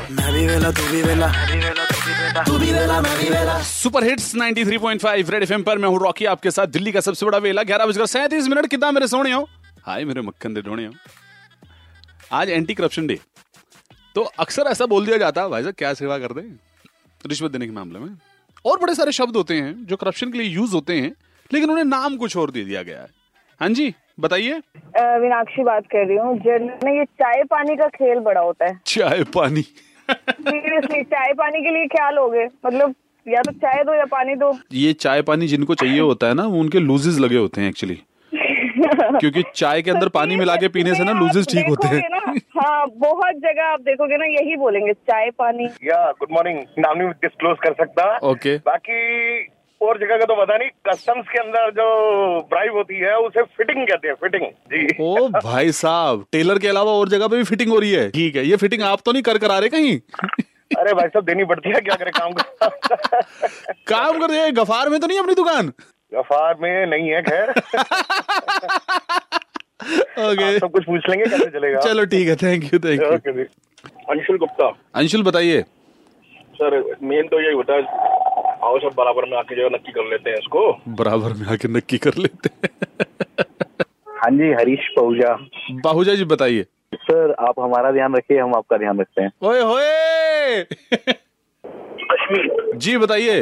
मैं भी वेला तू भी वेला तू भी वेला मैं भी वेला सुपर हिट्स 93.5 रेड एफएम पर मैं हूं रॉकी आपके साथ दिल्ली का सबसे बड़ा वेला ग्यारह बजकर सैंतीस मिनट कितना मेरे सोने हो हाय मेरे मक्खन दे ढोने हो आज एंटी करप्शन डे तो अक्सर ऐसा बोल दिया जाता है भाई साहब क्या सेवा कर दे रिश्वत देने के मामले में और बड़े सारे शब्द होते हैं जो करप्शन के लिए यूज होते हैं लेकिन उन्हें नाम कुछ और दे दिया गया है हाँ जी बताइए अ, मीनाक्षी बात कर रही हूँ जर्नल में ये चाय पानी का खेल बड़ा होता है चाय पानी सीरियसली चाय पानी के लिए क्या लोगे मतलब या तो चाय दो या पानी दो ये चाय पानी जिनको चाहिए होता है ना वो उनके लूजेज लगे होते हैं एक्चुअली क्योंकि चाय के अंदर पानी मिला के पीने से ना लूजेज ठीक होते देखोगे हैं ना, हाँ बहुत जगह आप देखोगे ना यही बोलेंगे चाय पानी या गुड मॉर्निंग नाम नहीं डिस्क्लोज कर सकता Okay. बाकी और जगह का तो पता नहीं कस्टम्स के अंदर जो ब्राइब होती है उसे फिटिंग कहते हैं फिटिंग जी ओ भाई साहब टेलर के अलावा और जगह पे भी फिटिंग हो रही है ठीक है ये फिटिंग आप तो नहीं कर करा रहे कहीं अरे भाई साहब देनी पड़ती है क्या करें काम का काम कर रहे हैं, गफार में तो नहीं अपनी दुकान गफार में नहीं है खैर आप हाँ, ओके सब कुछ पूछ लेंगे कैसे चलेगा चलो ठीक है thank you thank you okay ji Anshul Gupta Anshul बताइए सर मेन तो यही होता है आओ सब बराबर में आके जो है नक्की कर लेते हैं इसको बराबर में आके नक्की कर लेते हैं हाँ जी हरीश पहुजा बाहुजा जी बताइए सर आप हमारा ध्यान रखिए हम आपका ध्यान रखते हैं ओए होए कश्मीर जी बताइए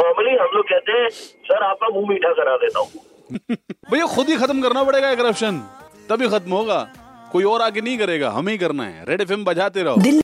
नॉर्मली हम लोग कहते हैं सर आपका मुंह मीठा करा देता हूँ भैया खुद ही खत्म करना पड़ेगा करप्शन तभी खत्म होगा कोई और आके नहीं करेगा हमें ही करना है रेड एफ बजाते रहो